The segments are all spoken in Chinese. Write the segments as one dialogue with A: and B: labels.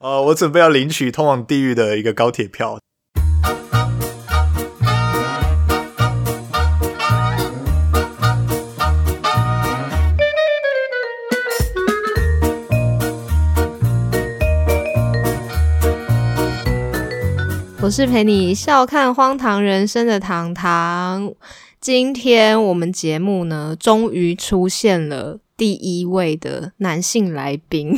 A: 呃，我准备要领取通往地狱的一个高铁票。
B: 我是陪你笑看荒唐人生的糖糖。今天我们节目呢，终于出现了第一位的男性来宾。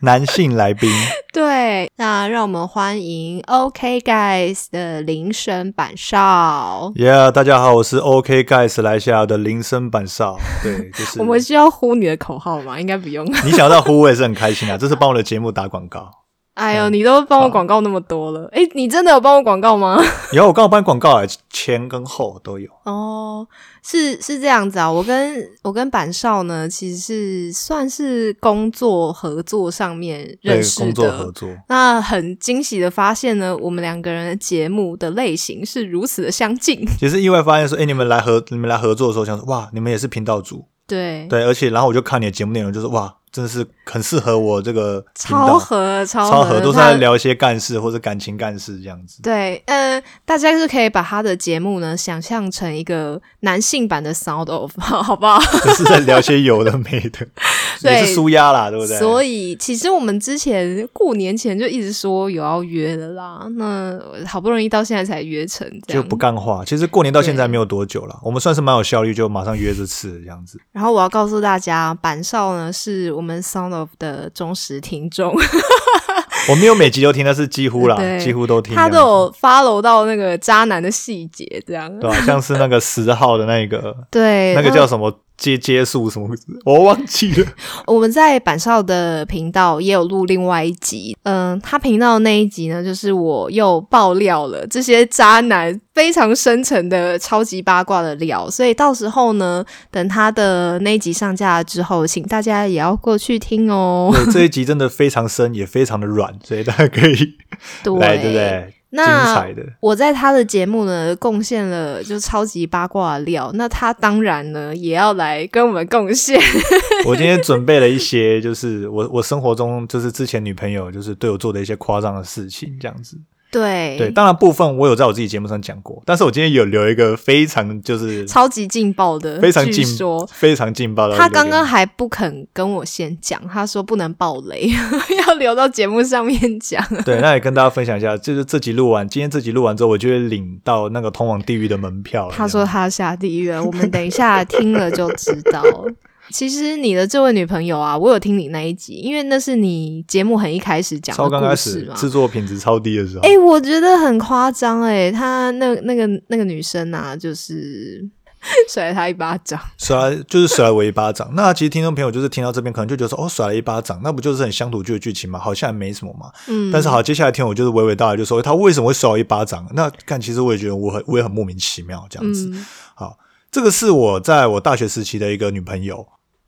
A: 男性来宾，
B: 对，那让我们欢迎 OK Guys 的铃声板少。
A: Yeah，大家好，我是 OK Guys 来西亚的铃声板少。对，就是
B: 我们需要呼你的口号吗？应该不用。
A: 你想到呼，我也是很开心啊，这是帮我的节目打广告。
B: 哎呦，你都帮我广告那么多了，哎、你真的有帮我广告吗？
A: 以后我刚好帮你广告啊，前跟后都有。
B: 哦，是是这样子啊，我跟我跟板少呢，其实是算是工作合作上面
A: 对
B: 认，识
A: 工作合
B: 的。
A: 作，
B: 那很惊喜的发现呢，我们两个人的节目的类型是如此的相近。
A: 其实意外发现说，哎、你们来合，你们来合作的时候，想说，哇，你们也是频道组，
B: 对，
A: 对，而且然后我就看你的节目内容，就是哇，真的是很适合我这个频
B: 超
A: 道，
B: 合超合
A: 超合，都是在
B: 那
A: 聊一些干事或者感情干事这样子。
B: 对，嗯、大家是可以把他的节目呢想象成一个男性版的 Sound Off，好不好？
A: 就是在聊些有的没的，
B: 对
A: 也是舒压啦，对不对？
B: 所
A: 以
B: 以其实我们之前过年前就一直说有要约的啦，那好不容易到现在才约成这
A: 就
B: 样
A: 不。干话。其实过年到现在没有多久了，我们算是蛮有效率，就马上约这次这样子。
B: 然后我要告诉大家，板少呢是我们 Sound Off 的忠实听众，
A: 我没有每集都听，但是几乎啦，
B: 对
A: 几乎都听这
B: 他
A: 样子。
B: 都有 follow 到那个渣男的细节，这样。
A: 对吧、啊像是那个十号的那个，
B: 对，
A: 那个
B: 然后
A: 叫什么接接数什么，我忘记了。
B: 我们在板少的频道也有录另外一集，嗯，他频道那一集呢，就是我又爆料了这些渣男非常深沉的超级八卦的料，所以到时候呢，等他的那一集上架之后，请大家也要过去 听哦。
A: 对，这一集真的非常深，也非常的软，所以大家可以
B: 对，
A: 来，对不对？精
B: 那
A: 彩的，
B: 我在他的节目呢贡献了就超级八卦的料，那他当然呢也要来跟我们贡献。
A: 我今天准备了一些，就是我我生活中就是之前女朋友就是对我做的一些夸张的事情，这样子。
B: 对
A: 对，当然部分我有在我自己节目上讲过，但是我今天有留一个非常就是
B: 超级劲爆的，
A: 非常
B: 据
A: 劲
B: 说
A: 非常劲爆的留
B: 他
A: 言，
B: 刚刚还不肯跟我先讲，他说不能爆雷， 要留到节目上面讲。
A: 对，那也跟大家分享一下，就是这集录完，今天这集录完之后，我就会领到那个通往地狱的门票了。
B: 他说他下地狱了，我们等一下听了 就知道。其实你的这位女朋友啊，我有听你那一集，因为那是你节目很一开始
A: 这样
B: 讲
A: 超
B: 的
A: 刚开
B: 故事
A: 始
B: 嘛。
A: 制作品质超低的时候，
B: 哎、我觉得很夸张哎，他那那个那个女生啊，就是 甩了他一巴掌。
A: 甩了就是甩了我一巴掌。那其实听众朋友就是听到这边，可能就觉得说，哦，甩了一巴掌，那不就是很乡土剧的剧情吗？好像也没什么嘛。
B: 嗯，
A: 但是好，接下来听我就是娓娓道来，就说他为什么会甩我一巴掌。那看，其实我也觉得我很我也很莫名其妙这样子。
B: 嗯，
A: 这个是我在我大学时期的一个女朋友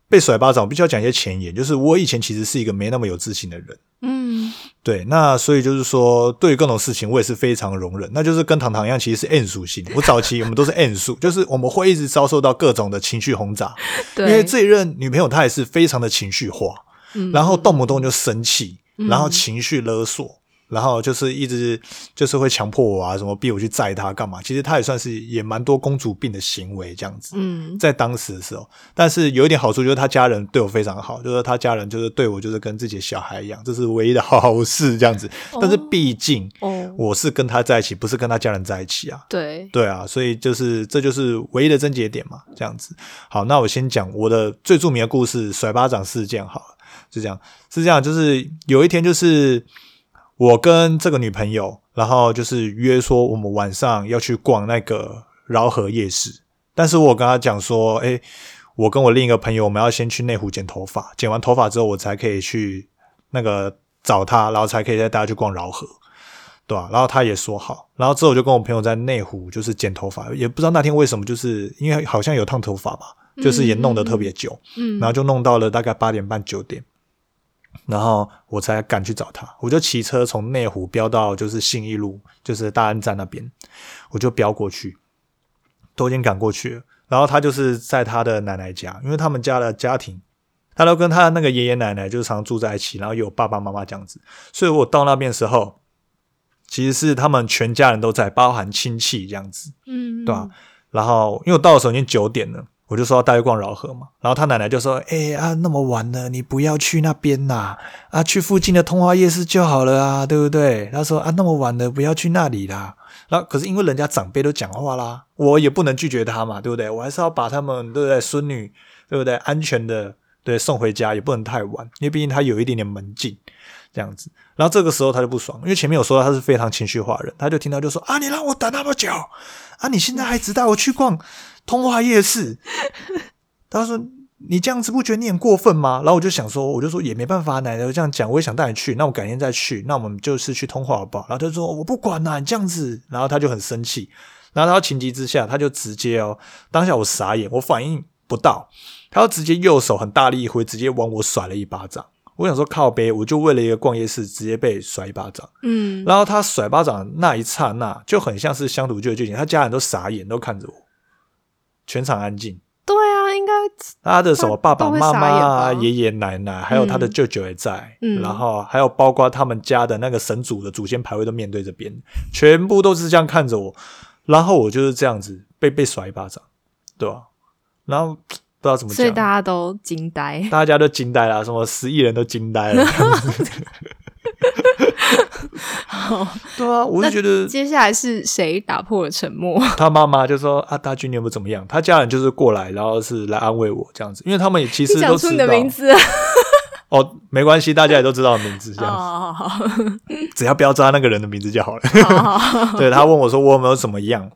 A: 被甩巴掌，我必须要讲一些前言，就是我以前其实是一个没那么有自信的人，
B: 嗯，
A: 对，那所以就是说，对于各种事情我也是非常容忍，那就是跟糖糖一样，其实是 N 属 性。我早期我们都是 N 属，就是我们会一直遭受到各种的情绪轰炸，因
B: 对，
A: 为这一任女朋友她也是非常的情绪化，
B: 嗯
A: 然后动不动就生气，然后情绪勒索。然后就是一直就是会强迫我啊，什么逼我去载她干嘛？其实她也算是也蛮多公主病的行为这样子。
B: 嗯
A: 在当时的时候，但是有一点好处就是他家人对我非常好，就是他家人就是对我就是跟自己的小孩一样，这是唯一的好事这样子。但是毕竟
B: 哦，
A: 我是跟他在一起，不是跟他家人在一起啊。
B: 对，
A: 对啊，所以就是这就是唯一的症结点嘛，这样子。好，那我先讲我的最著名的故事——甩巴掌事件。好了，是这样，是这样，就是有一天，就是我跟这个女朋友，然后就是约说我们晚上要去逛那个饶河夜市，但是我跟她讲说，诶，我跟我另一个朋友，我们要先去内湖剪头发，剪完头发之后，我才可以去那个找她，然后才可以再带她去逛饶河。对吧、然后他也说好，然后之后我就跟我朋友在内湖就是剪头发，也不知道那天为什么，就是因为好像有烫头发吧，就是也弄得特别久，
B: 嗯，
A: 然后就弄到了大概八点半九点，然后我才赶去找他，我就骑车从内湖飙到就是信义路，就是大安站那边，我就飙过去，都已经赶过去了。然后他就是在他的奶奶家，因为他们家的家庭，他都跟他的那个爷爷奶奶就常住在一起，然后也有爸爸妈妈这样子。所以我到那边的时候，其实是他们全家人都在，包含亲戚这样子，
B: 嗯，
A: 对吧、啊然后因为我到的时候已经九点了。我就说要带去逛饶河嘛，然后他奶奶就说：“哎、啊，那么晚了，你不要去那边啦，啊，去附近的通化夜市就好了啊，对不对？”他说：“啊，那么晚了，不要去那里啦。”然后可是因为人家长辈都讲话啦，我也不能拒绝他嘛，对不对？我还是要把他们对不对孙女对不对安全的对送回家，也不能太晚，因为毕竟他有一点点门禁这样子。然后这个时候他就不爽，因为前面有说到他是非常情绪化的人，他就听到就说：“啊，你让我等那么久，啊，你现在还只带我去逛通化夜市。”他说：“你这样子不觉得你很过分吗？”然后我就想说，我就说也没办法，奶奶都这样讲，我也想带你去，那我改天再去，那我们就是去通化好不好？然后他就说：“我不管啦、你这样子。”然后他就很生气，然后他情急之下，他就直接哦，当下我傻眼，我反应不到，他就直接右手很大力一挥，直接往我甩了一巴掌。我想说靠背，我就为了一个逛夜市，直接被甩一巴掌。
B: 嗯，
A: 然后他甩巴掌那一刹那，就很像是乡土剧的剧情，他家人都傻眼，都看着我，全场安静。
B: 对啊，应该
A: 他的什么爸爸
B: 都会
A: 妈妈
B: 傻眼吧
A: 啊、爷爷奶奶，还有他的舅舅也在，
B: 嗯
A: 然后还有包括他们家的那个神主的祖先牌位都面对这边，全部都是这样看着我，然后我就是这样子被被甩一巴掌，对吧、然后不知道怎么
B: 所以
A: 讲，
B: 大家都惊呆。
A: 大家都惊呆了，什么十亿人都惊呆了，这样 子对啊，我就觉得
B: 接下来是谁打破了沉默？
A: 他妈妈就说啊，大军你有没有怎么样？他家人就是过来，然后是来安慰我这样子，因为他们也其实
B: 你
A: 都
B: 讲出
A: 知
B: 你
A: 道
B: 的名字啊
A: 哦，没关系，大家也都知道我名字这样子，
B: 哦，好好
A: 只要不要知道那个人的名字就 好了。
B: 好好好，
A: 对他问我说我有没有怎么样，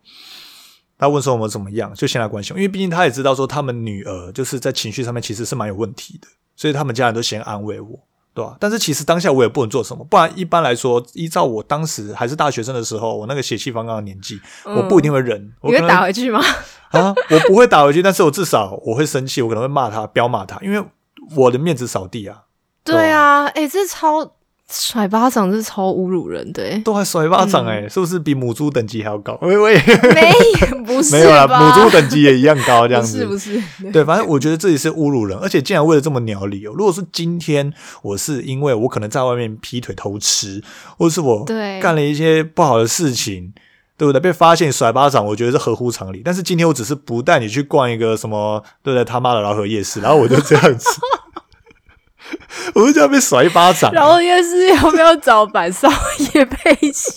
A: 他问说我们怎么样，就先来关心我，因为毕竟他也知道说他们女儿就是在情绪上面其实是蛮有问题的，所以他们家人都先安慰我，对吧、但是其实当下我也不能做什么，不然一般来说，依照我当时还是大学生的时候，我那个血气方刚的年纪，我不一定会忍， 我
B: 你
A: 可能
B: 会嗯打回 去吗？
A: 啊，我不会打回去，但是我至少我会生气，我可能会骂他，彪骂他，因为我的面子扫地啊，。
B: 对啊，哎、这超甩巴掌，这超侮辱人的、欸
A: 都还甩巴掌哎、
B: 嗯
A: 是不是比母猪等级还要高？ 喂喂，
B: 没，不是
A: 没有啦，
B: 吧
A: 母猪等级也一样高，这样
B: 不
A: 子
B: 是不是， 对
A: 对，反正我觉得这也是侮辱人，而且竟然为了这么鸟理由。如果说今天我是因为我可能在外面劈腿偷吃，或是我
B: 对
A: 干了一些不好的事情，对不对？被发现甩巴掌，我觉得是合乎常理。但是今天我只是不带你去逛一个什么，对不对？他妈的老河夜市，然后我就这样子， 我就这样被甩一巴掌。
B: 然后又是要不要找板少爷配一 下？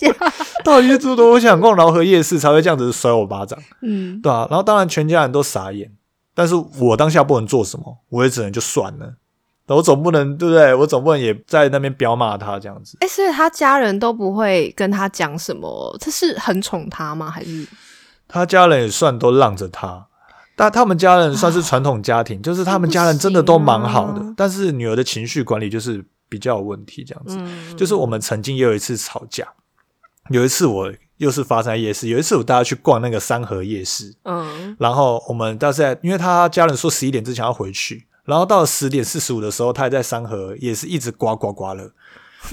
A: 到底是多多我想逛饶河夜市才会这样子甩我巴掌？
B: 嗯，
A: 对啊，然后当然全家人都傻眼，但是我当下不能做什么，我也只能就算了。我总不能对不对？我总不能也在那边彪骂他这样子。
B: 哎、所以他家人都不会跟他讲什么，他是很宠他吗？还是
A: 他家人也算都让着他，但他们家人算是传统家庭，就是他们家人真的都蛮好
B: 不
A: 的
B: 行啊，
A: 但是女儿的情绪管理就是比较有问题这样子。
B: 嗯，
A: 就是我们曾经也有一次吵架，有一次我又是发生在夜市，有一次我带他去逛那个三河夜市，
B: 嗯
A: 然后我们到现在，因为他家人说十一点之前要回去，然后到了十点四十五的时候，他还在三河也是一直呱呱呱了。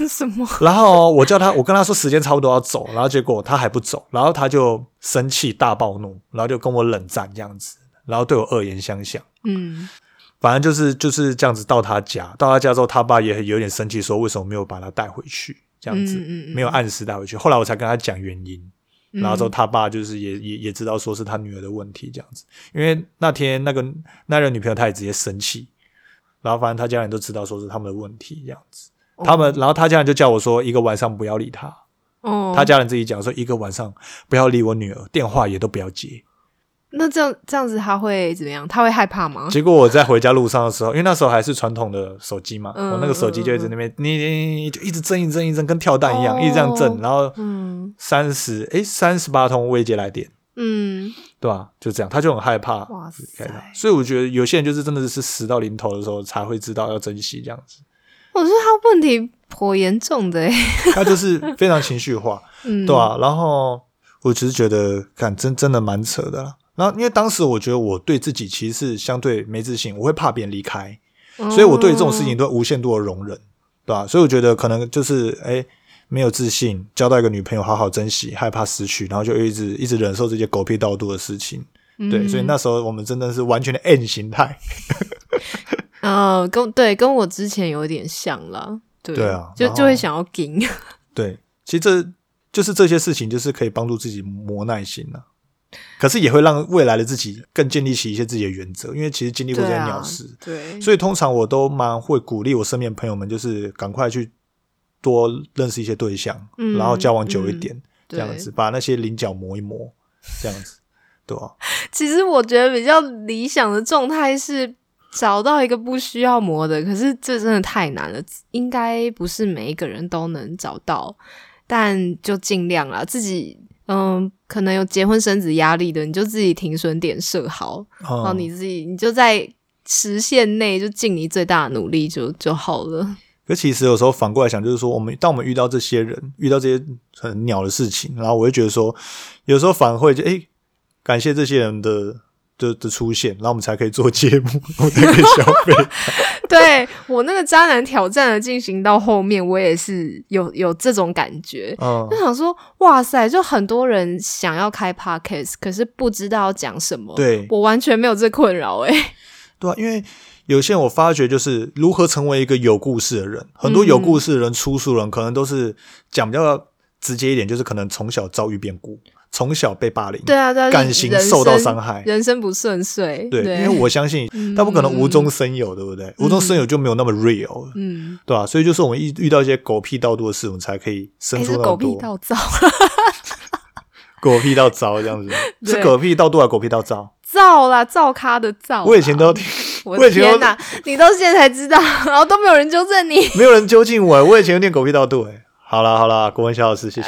B: 什么？
A: 然后我叫他，我跟他说时间差不多要走，然后结果他还不走，然后他就生气大暴怒，然后就跟我冷战这样子，然后对我恶言相向。
B: 嗯，
A: 反正就是就是这样子到他家，到他家之后，他爸也有点生气，说为什么没有把他带回去这样子，
B: 嗯嗯嗯
A: 没有按时带回去。后来我才跟他讲原因，然后之后他爸就是也也也知道说是他女儿的问题这样子，因为那天那个那任女朋友她也直接生气，然后反正他家人都知道说是他们的问题这样子，
B: 哦
A: 他们然后他家人就叫我说一个晚上不要理他，
B: 哦，
A: 他家人自己讲说一个晚上不要理我女儿，电话也都不要接。
B: 那这样这样子他会怎么样？他会害怕吗？
A: 结果我在回家路上的时候，因为那时候还是传统的手机嘛，
B: 嗯
A: 我那个手机就一直那边，你你就一直震一直震一直震，跟跳蛋一样，一直这样震
B: 哦，
A: 然后
B: 嗯
A: 三十诶三十八通未接来电，
B: 嗯，
A: 对吧、就这样，他就很害怕。
B: 哇塞
A: 害！怕啊所以我觉得有些人就是真的是死到临头的时候才会知道要珍惜这样子，
B: 我觉得他问题颇严重的、欸，
A: 他就是非常情绪化。
B: 嗯，
A: 对啊，然后我只是觉得，看真真的蛮扯的啦。然后因为当时我觉得我对自己其实是相对没自信，我会怕别人离开，
B: 嗯，
A: 所以我对这种事情都无限度的容忍，对吧、啊所以我觉得可能就是哎。没有自信，交到一个女朋友好好珍惜，害怕失去，然后就一直一直忍受这些狗屁倒肚的事情。
B: 嗯，
A: 对，所以那时候我们真的是完全的 N 形态，
B: 嗯，跟对跟我之前有点像啦。对
A: 对啊
B: 就
A: 然后
B: 就会想要顶。
A: 对，其实这就是这些事情，就是可以帮助自己磨耐心了、可是也会让未来的自己更建立起一些自己的原则，因为其实经历过
B: 对
A: 这些
B: 啊
A: 鸟事，，
B: 对，
A: 所以通常我都蛮会鼓励我身边的朋友们，就是赶快去多认识一些对象，
B: 嗯
A: 然后交往久一点，这
B: 对
A: 样子把那些棱角磨一磨，这样子，对啊吧、
B: 其实我觉得比较理想的状态是找到一个不需要磨的，可是这真的太难了，应该不是每一个人都能找到，但就尽量啦，自己。嗯，可能有结婚生子压力的，你就自己停损点设 好，然后
A: 嗯，
B: 你自己你就在时限内就尽你最大的努力就就好了。
A: 可其实有时候反过来想，就是说，我们当我们遇到这些人，遇到这些很鸟的事情，然后我会觉得说，有时候反而会就哎、诶感谢这些人的的的出现，然后我们才可以做节目， 我们才可以消费。
B: 对我那个渣男挑战的进行到后面，我也是有有这种感觉，
A: 嗯
B: 就，想说，哇塞，就很多人想要开 podcast，可是不知道要讲什么。，
A: 对
B: 我完全没有这困扰哎、
A: 对啊，因为有些人我发觉就是如何成为一个有故事的人，很多
B: 嗯
A: 有故事的人、出书人可能都是讲比较直接一点，就是可能从小遭遇变故，从小被霸凌，
B: 对啊，对啊，
A: 感
B: 就是
A: 情
B: 人
A: 受到
B: 生
A: 伤害
B: 人生不顺遂。
A: 对，
B: 对，
A: 因为我相信他不可能无中生有，对不对？无中生有就没有那么 real 了。
B: 嗯，
A: 对啊吧、所以就是我们遇遇到一些狗屁倒度的事，我们才可以生
B: 还
A: 出
B: 是
A: 那
B: 哎狗
A: 么
B: 屁
A: 多
B: 倒灶，
A: 狗 屁到糟这样子，
B: 对哦
A: 是狗屁倒度啊还是狗屁到糟？
B: 灶啦，灶咖的灶。
A: 我以前，都
B: 我
A: 我
B: 的
A: 以前都
B: 天哪，你到现在才知道，然后都没有人纠正你。
A: 没有人纠正我，我以前有念狗屁倒度哎、好啦好啦，国文小老师，谢 谢。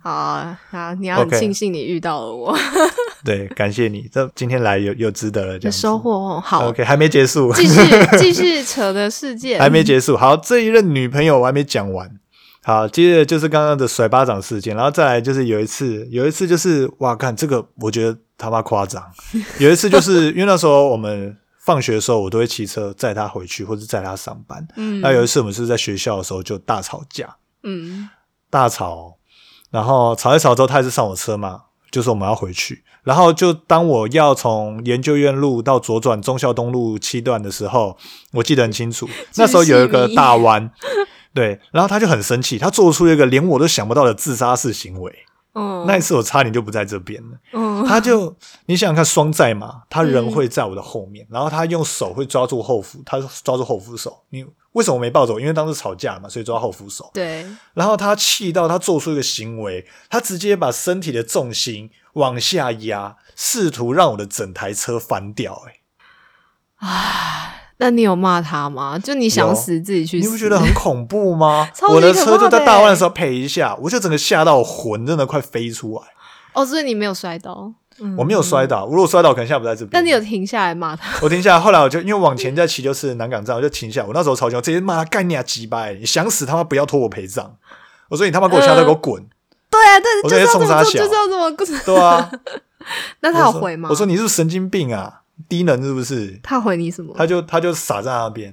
B: 好啊，啊你要很
A: OK
B: 庆幸你遇到了我，
A: 对，感谢你，这今天来有有值得了，这样
B: 有
A: 子
B: 收。获哦。好，
A: OK，还没结束，
B: 继续继续扯的世界，
A: 还没结束。好，这一任女朋友我还没讲完。好，接着就是刚刚的甩巴掌事件，然后再来就是有一次，有一次就是哇，看这个，我觉得他妈夸张。有一次就是因为那时候我们放学的时候，我都会骑车载他回去，或者载他上班。
B: 嗯
A: 那有一次我们是在学校的时候就大吵架，
B: 嗯
A: 大吵，然后吵一吵之后，他还是上我车嘛，就说我们要回去。然后就当我要从研究院路到左转忠孝东路七段的时候，我记得很清楚，那时候有一个大弯，对，然后他就很生气，他做出了一个连我都想不到的自杀式行为。
B: 嗯，
A: 那一次我差点就不在这边了。
B: 嗯
A: 他就你想想看，双载嘛，他人会在我的后面，然后他用手会抓住后扶，他抓住后扶手。你为什么没抱走？因为当时吵架嘛，所以抓后扶手。
B: 对，
A: 然后他气到他做出一个行为，他直接把身体的重心往下压，试图让我的整台车翻掉、欸。
B: 那你有骂他吗？就你想死自己去
A: 你
B: 死，
A: 不觉得很恐怖吗
B: 超？级
A: 我的
B: 可
A: 车
B: 怕
A: 就
B: 的
A: 在大弯
B: 欸
A: 的时候赔一下，我就整个吓到我魂真的快飞出来。
B: 哦，所以你没有摔倒，嗯
A: 我没有摔倒，如果摔倒，我可能现在不在这边。
B: 那你有？停下来骂他？
A: 我停下来，后来我就因为往前在骑就是南港站，我就停下来。我那时候超凶，我直接骂他干你啊鸡掰！你想死他妈不要拖我陪葬！我说你他妈给我下
B: 呃
A: 车给我滚！
B: 对啊，但是
A: 我
B: 就是
A: 在
B: 要这么
A: 冲他
B: 做，
A: 小
B: 就是要这么做。
A: 对啊，
B: 那他有回吗？
A: 我说你是不是神经病啊，低能是不是？
B: 他回你什么？
A: 他就他就傻在那边。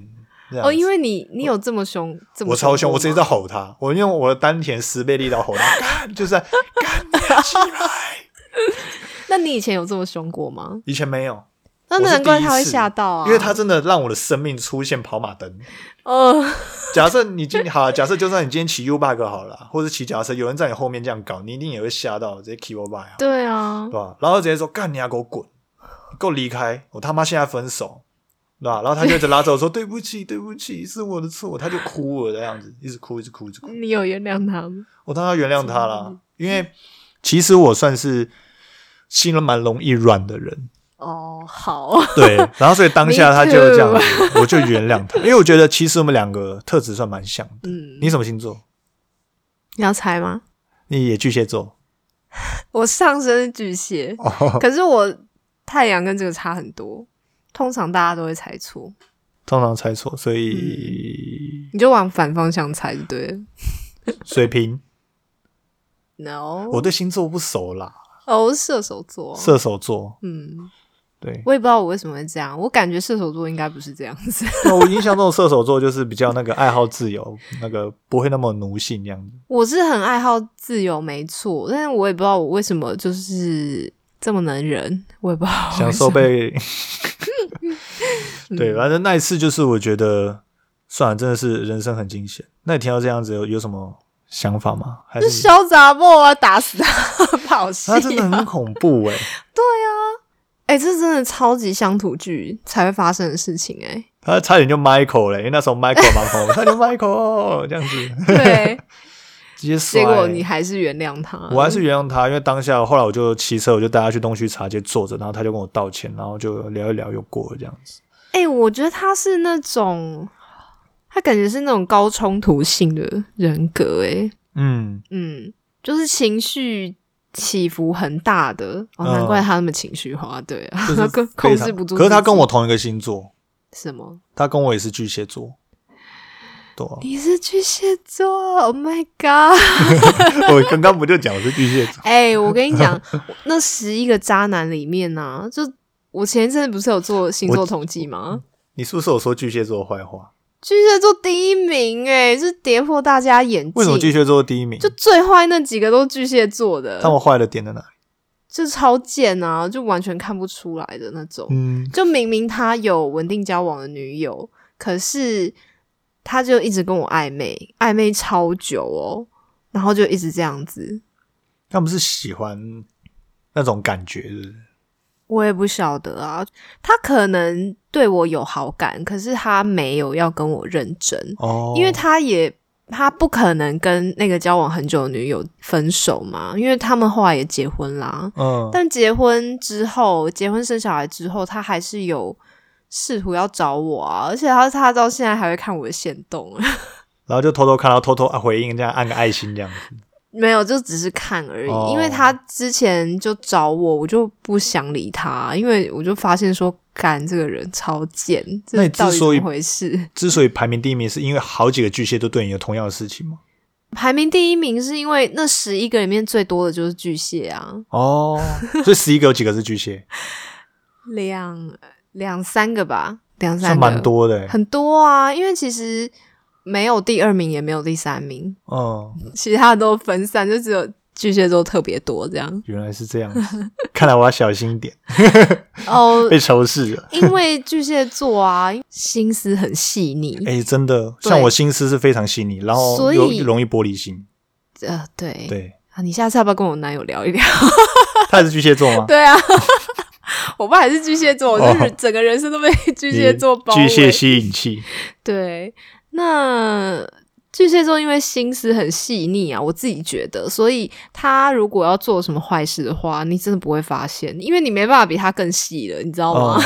A: 这样
B: 哦，因
A: 子
B: 为你你有这么凶，这么
A: 我超凶，
B: 过
A: 我直接
B: 吗
A: 在吼他，我用我的丹田十倍力道吼他，干就是在干你啊起来。
B: 那你以前有这么凶过吗？
A: 以前没有，
B: 那
A: 我是
B: 难怪
A: 第一
B: 他会
A: 次
B: 吓到啊，
A: 因为他真的让我的生命出现跑马灯。
B: 呃，
A: 假设你今好，啊假设就算你今天骑 U bike 好了，或者骑脚踏车，有人在你后面这样搞，你一定也会吓到，直接 k U bike 啊，
B: 对啊
A: 对，吧？然后直接说干你啊，给我滚，你给我离开，我他妈现在分手，对吧？然后他就一直拉着我说对不起，对不起，是我的错，他就哭了这样子，一直哭，一直哭，一直哭。
B: 你有原谅他吗？
A: 我当然原谅他啦，因为其实我算是心蛮容易软的人，
B: 哦，好，
A: 对，然后所以当下
B: Me
A: 他就这样 子，我就原谅他，因为我觉得其实我们两个特质算蛮像的。
B: 嗯，
A: 你什么星座？
B: 你要猜吗？
A: 你也巨蟹座，
B: 我上身是巨蟹，可是我太阳跟这个差很多，通常大家都会猜错，
A: 通常猜错，所以
B: 你就往反方向猜就对了。
A: 水瓶。
B: No，
A: 我对星座不熟啦，
B: 哦，我是射手座，
A: 射手座，
B: 嗯，。
A: 对
B: 我也不知道我为什么会这样，我感觉射手座应该不是这样子。
A: 那 我印象中的射手座就是比较那个爱好自由，那个不会那么奴性这样子。
B: 我是很爱好自由，没错，但是我也不知道我为什么哦 就是这么能忍，我也不知道为什么
A: 享受被
B: 嗯
A: 对，反正那一次就是我觉得，算了，真的是人生很惊险。那你听到这样子有有什么想法吗？还
B: 这
A: 是啊
B: 小啊杂货啊，打死他，跑戏、
A: 他真的很恐怖哎、
B: 哎、这真的超级乡土剧才会发生的事情 哎、
A: 他差点就 Michael 嘞，因为那时候 Michael 蛮红，差点 Michael 这样子，
B: 对，
A: 直接摔、
B: 结果你还是原谅他，
A: 我还是原谅他，因为当下后来我就骑车，我就带他去东区茶街坐着，然后他就跟我道歉，然后就聊一聊又过了这样子。
B: 哎、我觉得他是那种，他感觉是那种高冲突性的人格哎、
A: 嗯，
B: 嗯，就是情绪。起伏很大的哦，
A: 嗯
B: 难怪他那么情绪化，对啊，
A: 就是
B: 他 控控制不住自己。
A: 可是他跟我同一个星座，
B: 什么？
A: 他跟我也是巨蟹座。对啊、
B: 你是巨蟹座？Oh my god！
A: 我刚刚不就讲我是巨蟹座？
B: 哎、我跟你 讲，那十一个渣男里面呢、就我前一阵子不是有做星座统计吗？
A: 你是不是有说巨蟹座坏话？
B: 巨蟹座第一名、哎，是跌破大家眼
A: 为什么巨
B: 镜。
A: 蟹座第一名
B: 就？最坏那几个都是巨蟹座的
A: 他，们坏的点在哪里？
B: 就超贱啊，就完全看不出来的那种。
A: 嗯，
B: 就明明他有稳定交往的女友，可是他就一直跟我暧昧，暧昧超久哦，然后就一直这样子。
A: 他们是喜欢那种感觉，是不是？
B: 我也不晓得啊，他可能对我有好感，可是他没有要跟我认真，
A: 哦，
B: 因为他也他不可能跟那个交往很久的女友分手嘛，因为他们后来也结婚啦。
A: 嗯，
B: 但结婚之后，结婚生小孩之后，他还是有试图要找我啊，而且他他到现在还会看我的线动，
A: 然后就偷偷看到偷偷啊回应，这样按个爱心这样子。
B: 没有，就只是看而已。
A: 哦
B: 因为他之前就找我，我就不想理他，因为我就发现说，干这个人超贱，
A: 那
B: 这
A: 你之
B: 到底怎
A: 所以
B: 么回事？
A: 之所以排名第一名，是因为好几个巨蟹都对你有同样的事情吗？
B: 排名第一名是因为那十一个里面最多的就是巨蟹啊，
A: 哦，所以十一个有几个是巨 蟹，
B: 两两三个吧，两三
A: 算
B: 个
A: 蛮多的欸。
B: 很多啊，因为其实没有第二名，也没有第三名，
A: 嗯，
B: 其他都分散，就只有巨蟹座特别多这样。
A: 原来是这样子，看来我要小心一点，
B: 哦，
A: 被仇视 了。
B: 因为巨蟹座啊，心思很细腻，
A: 哎、真的，
B: 对
A: 像我心思是非常细腻，然后
B: 所以
A: 又又容易玻璃心。
B: 呃，对，
A: 对，
B: 啊，你下次要不要跟我男友聊 一聊？
A: 他也是巨蟹座吗？
B: 对啊， 我爸也是巨蟹座，我
A: 哦
B: 就是整个人生都被巨蟹座包围。
A: 巨蟹吸引器。
B: 对，那巨蟹座因为心思很细腻啊，我自己觉得，所以他如果要做什么坏事的话，你真的不会发现，因为你没办法比他更细了，你知道吗？
A: 哦，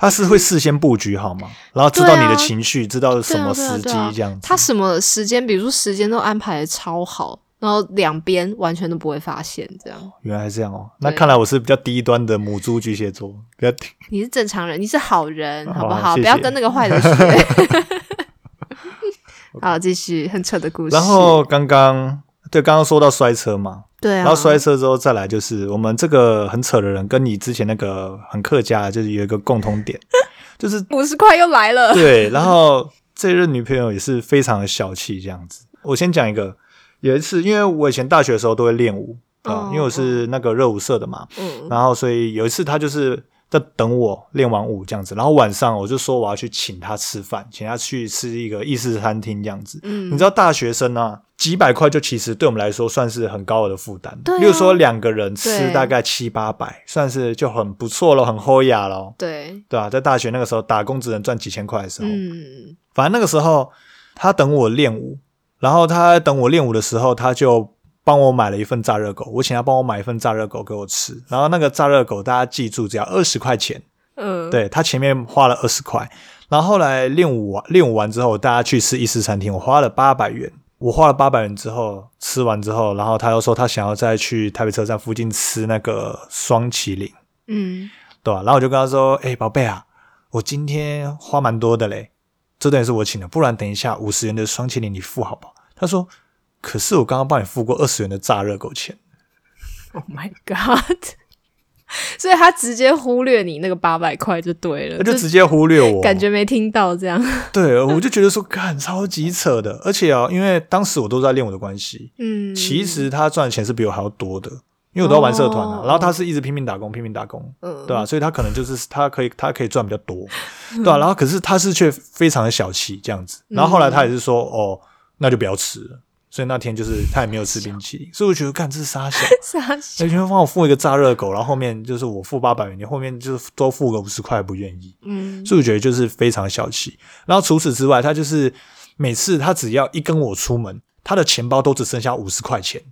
A: 他是会事先布局好吗？然后知道
B: 对啊
A: 你的情绪，知道什么
B: 对
A: 时
B: 啊
A: 机
B: 对啊对啊
A: 这样子。
B: 他什么时间，比如说时间都安排的超好，然后两边完全都不会发现，这样
A: 原来是这样哦，那
B: 对
A: 看来我是比较低端的母猪巨蟹座，比较低
B: 你是正常人，你是好人，
A: 哦
B: 好不好？
A: 谢谢
B: 不要跟那个坏人学。 好，继续很扯的故事。
A: 然后刚刚对刚刚说到摔车嘛，
B: 对啊，
A: 然后摔车之后再来就是我们这个很扯的人，跟你之前那个很客家的，就是有一个共通 点，就是
B: 五十块又来 了。
A: 对，然后这任女朋友也是非常的小气这样子。我先讲一个，有一次因为我以前大学的时候都会练舞啊、
B: 哦
A: 因为我是那个热舞社的嘛，
B: 嗯，
A: 然后所以有一次他就是在等我练完舞这样子，然后晚上我就说我要去请他吃饭，请他去吃一个意式餐厅这样子。
B: 嗯
A: 你知道大学生啊，几百块就其实对我们来说算是很高额的负担。
B: 对啊
A: 例如说两个人吃
B: 对
A: 大概七八百，算是就很不错了，很厚雅了，
B: 对，
A: 对吧、在大学那个时候打工只能赚几千块的时候，
B: 嗯，
A: 反正那个时候他等我练舞，然后他等我练舞的时候，他就帮我买了一份炸热狗，我请他帮我买一份炸热狗给我吃。然后那个炸热狗大家记住，只要二十块钱，
B: 嗯，
A: 对他前面花了二十块，然后后来练舞完练舞完之后，大家去吃意式餐厅，我花了八百元。我花了八百元之后，吃完之后，然后他又说他想要再去台北车站附近吃那个双麒麟，
B: 嗯，
A: 对吧、然后我就跟他说：“哎、宝贝啊，我今天花蛮多的嘞，这顿也是我请的，不然等一下五十元的双麒麟你付好不好？”他说：“可是我刚刚帮你付过二十元的炸热狗钱。
B: Oh my god！所以他直接忽略你那个八百块就对”了，
A: 他就直接忽略我，
B: 感觉没听到这样。
A: 对，我就觉得说，干超级扯的。而且啊，因为当时我都在练我的关系，
B: 嗯，
A: 其实他赚的钱是比我还要多的，因因为我都要玩社团啊
B: 哦。
A: 然后他是一直拼命打工，拼命打工，
B: 嗯，
A: 对吧、啊所以他可能就是他可以他可以赚比较多，对吧、然后可是他是却非常的小气这样子。然后后来他也是说，哦，那就不要吃了。所以那天就是他也没有吃冰淇淋，所以我觉得看这是傻小。
B: 傻笑，
A: 那天帮我付一个炸热狗，然后后面就是我付八百元，你后面就是多付个五十块，不愿意。
B: 嗯，
A: 所以我觉得就是非常小气。然后除此之外，他就是每次他只要一跟我出门，他的钱包都只剩下五十块钱。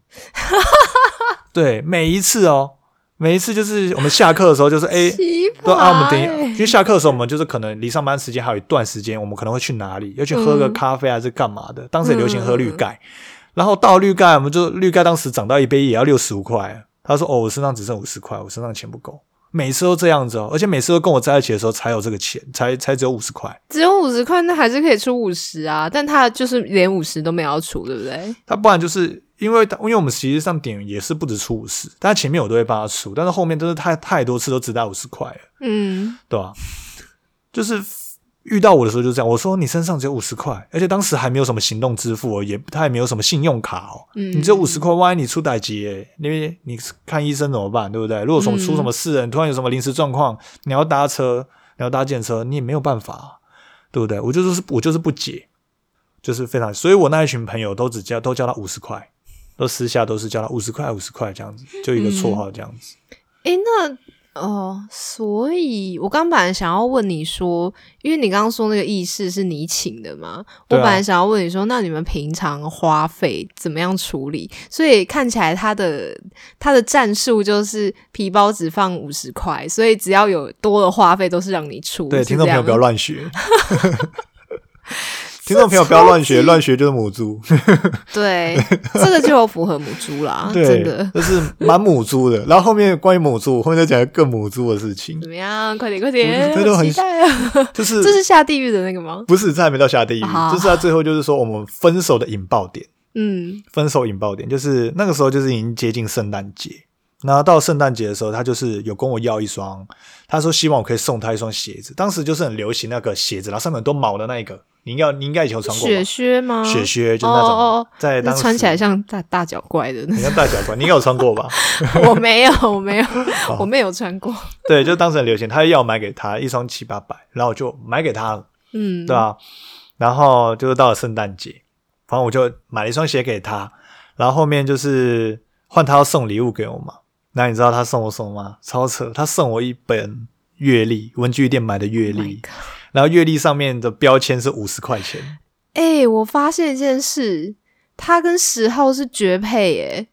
A: 对，每一次哦，每一次就是我们下课的时候，就是哎。
B: 奇葩、
A: 对啊，我们等一，
B: 欸
A: 因为下课的时候，我们就是可能离上班时间还有一段时间，我们可能会去哪里，要去喝个
B: 嗯
A: 咖啡还是干嘛的。当时也流行喝绿盖，然后到绿盖，我们就绿盖当时涨到一杯也要六十五块。他说：“哦，我身上只剩五十块，我身上钱不够。”每次都这样子哦，而且每次都跟我在一起的时候才有这个钱，才才只有五十块。
B: 只有五十块，那还是可以出五十啊，但他就是连五十都没有要出，对不对？
A: 他不然就是因为因为我们实际上点也是不止出五十，但前面我都会帮他出，但是后面都是太太多次都只打五十块了。
B: 嗯，
A: 对吧、就是遇到我的时候就这样，我说你身上只有五十块，而且当时还没有什么行动支付哦，也他也没有什么信用卡哦，
B: 嗯
A: 你只有五十块，万一你出歹疾、欸，因为你看医生怎么办，对不对？如果什么
B: 嗯
A: 出什么事了，你突然有什么临时状况，你要搭车，你要搭建车，你也没有办法，对不对？我就说是，我就是不解，就是非常，所以我那一群朋友都只叫都叫他五十块。都私下都是叫他五十块五十块这样子，就一个绰号这样子。
B: 诶，那哦，所以我刚本来想要问你说，因为你刚刚说那个意识是你请的嘛，我
A: 对啊
B: 本来想要问你说，那你们平常花费怎么样处理？所以看起来他的他的战术就是皮包只放五十块，所以只要有多的花费都是让你出。
A: 对，
B: 是
A: 听众
B: 这
A: 朋友
B: 样
A: 不要乱 学。听众朋友不要乱学，乱学就是母猪。
B: 对，这个就有符合母猪啦，哦真
A: 对
B: 的，。
A: 这是蛮母猪的。然后后面关于母猪，我后面再讲一个更母猪的事情
B: 怎，么样？快点，快
A: 嗯
B: 点！
A: 这都
B: 我
A: 很
B: 期待啊！
A: 就是
B: 这是下地狱的那个吗？
A: 不是这还没到下地狱，
B: 好
A: 就是他最后就是说我们分手的引爆点，
B: 嗯
A: 分手引爆点就是那个时候就是已经接近圣诞节。然后到圣诞节的时候，他就是有跟我要一双，他说希望我可以送他一双鞋子。当时就是很流行那个鞋子，然后上面很多毛的那一个，你应该你应该以前有穿过吧？
B: 雪靴吗？
A: 雪靴就是那种，
B: 哦哦哦
A: 在
B: 那
A: 当时
B: 穿起来像大大脚怪的那
A: 你看大小关，你应该有穿过吧？
B: 种，我没有，我没有，
A: 哦
B: 我没有穿过。
A: 对，就当时很流行，他要我买给他一双七八百，然后我就买给他了，
B: 嗯，
A: 对吧、然后就是到了圣诞节，反正我就买了一双鞋给他，然后后面就是换他要送礼物给我嘛。那你知道他送我什么吗？超扯，他送我一本月历，文具店买的月
B: Oh my
A: 历
B: god，
A: 然后月历上面的标签是五十块钱，
B: 哎、我发现一件事，他跟十号是绝配耶，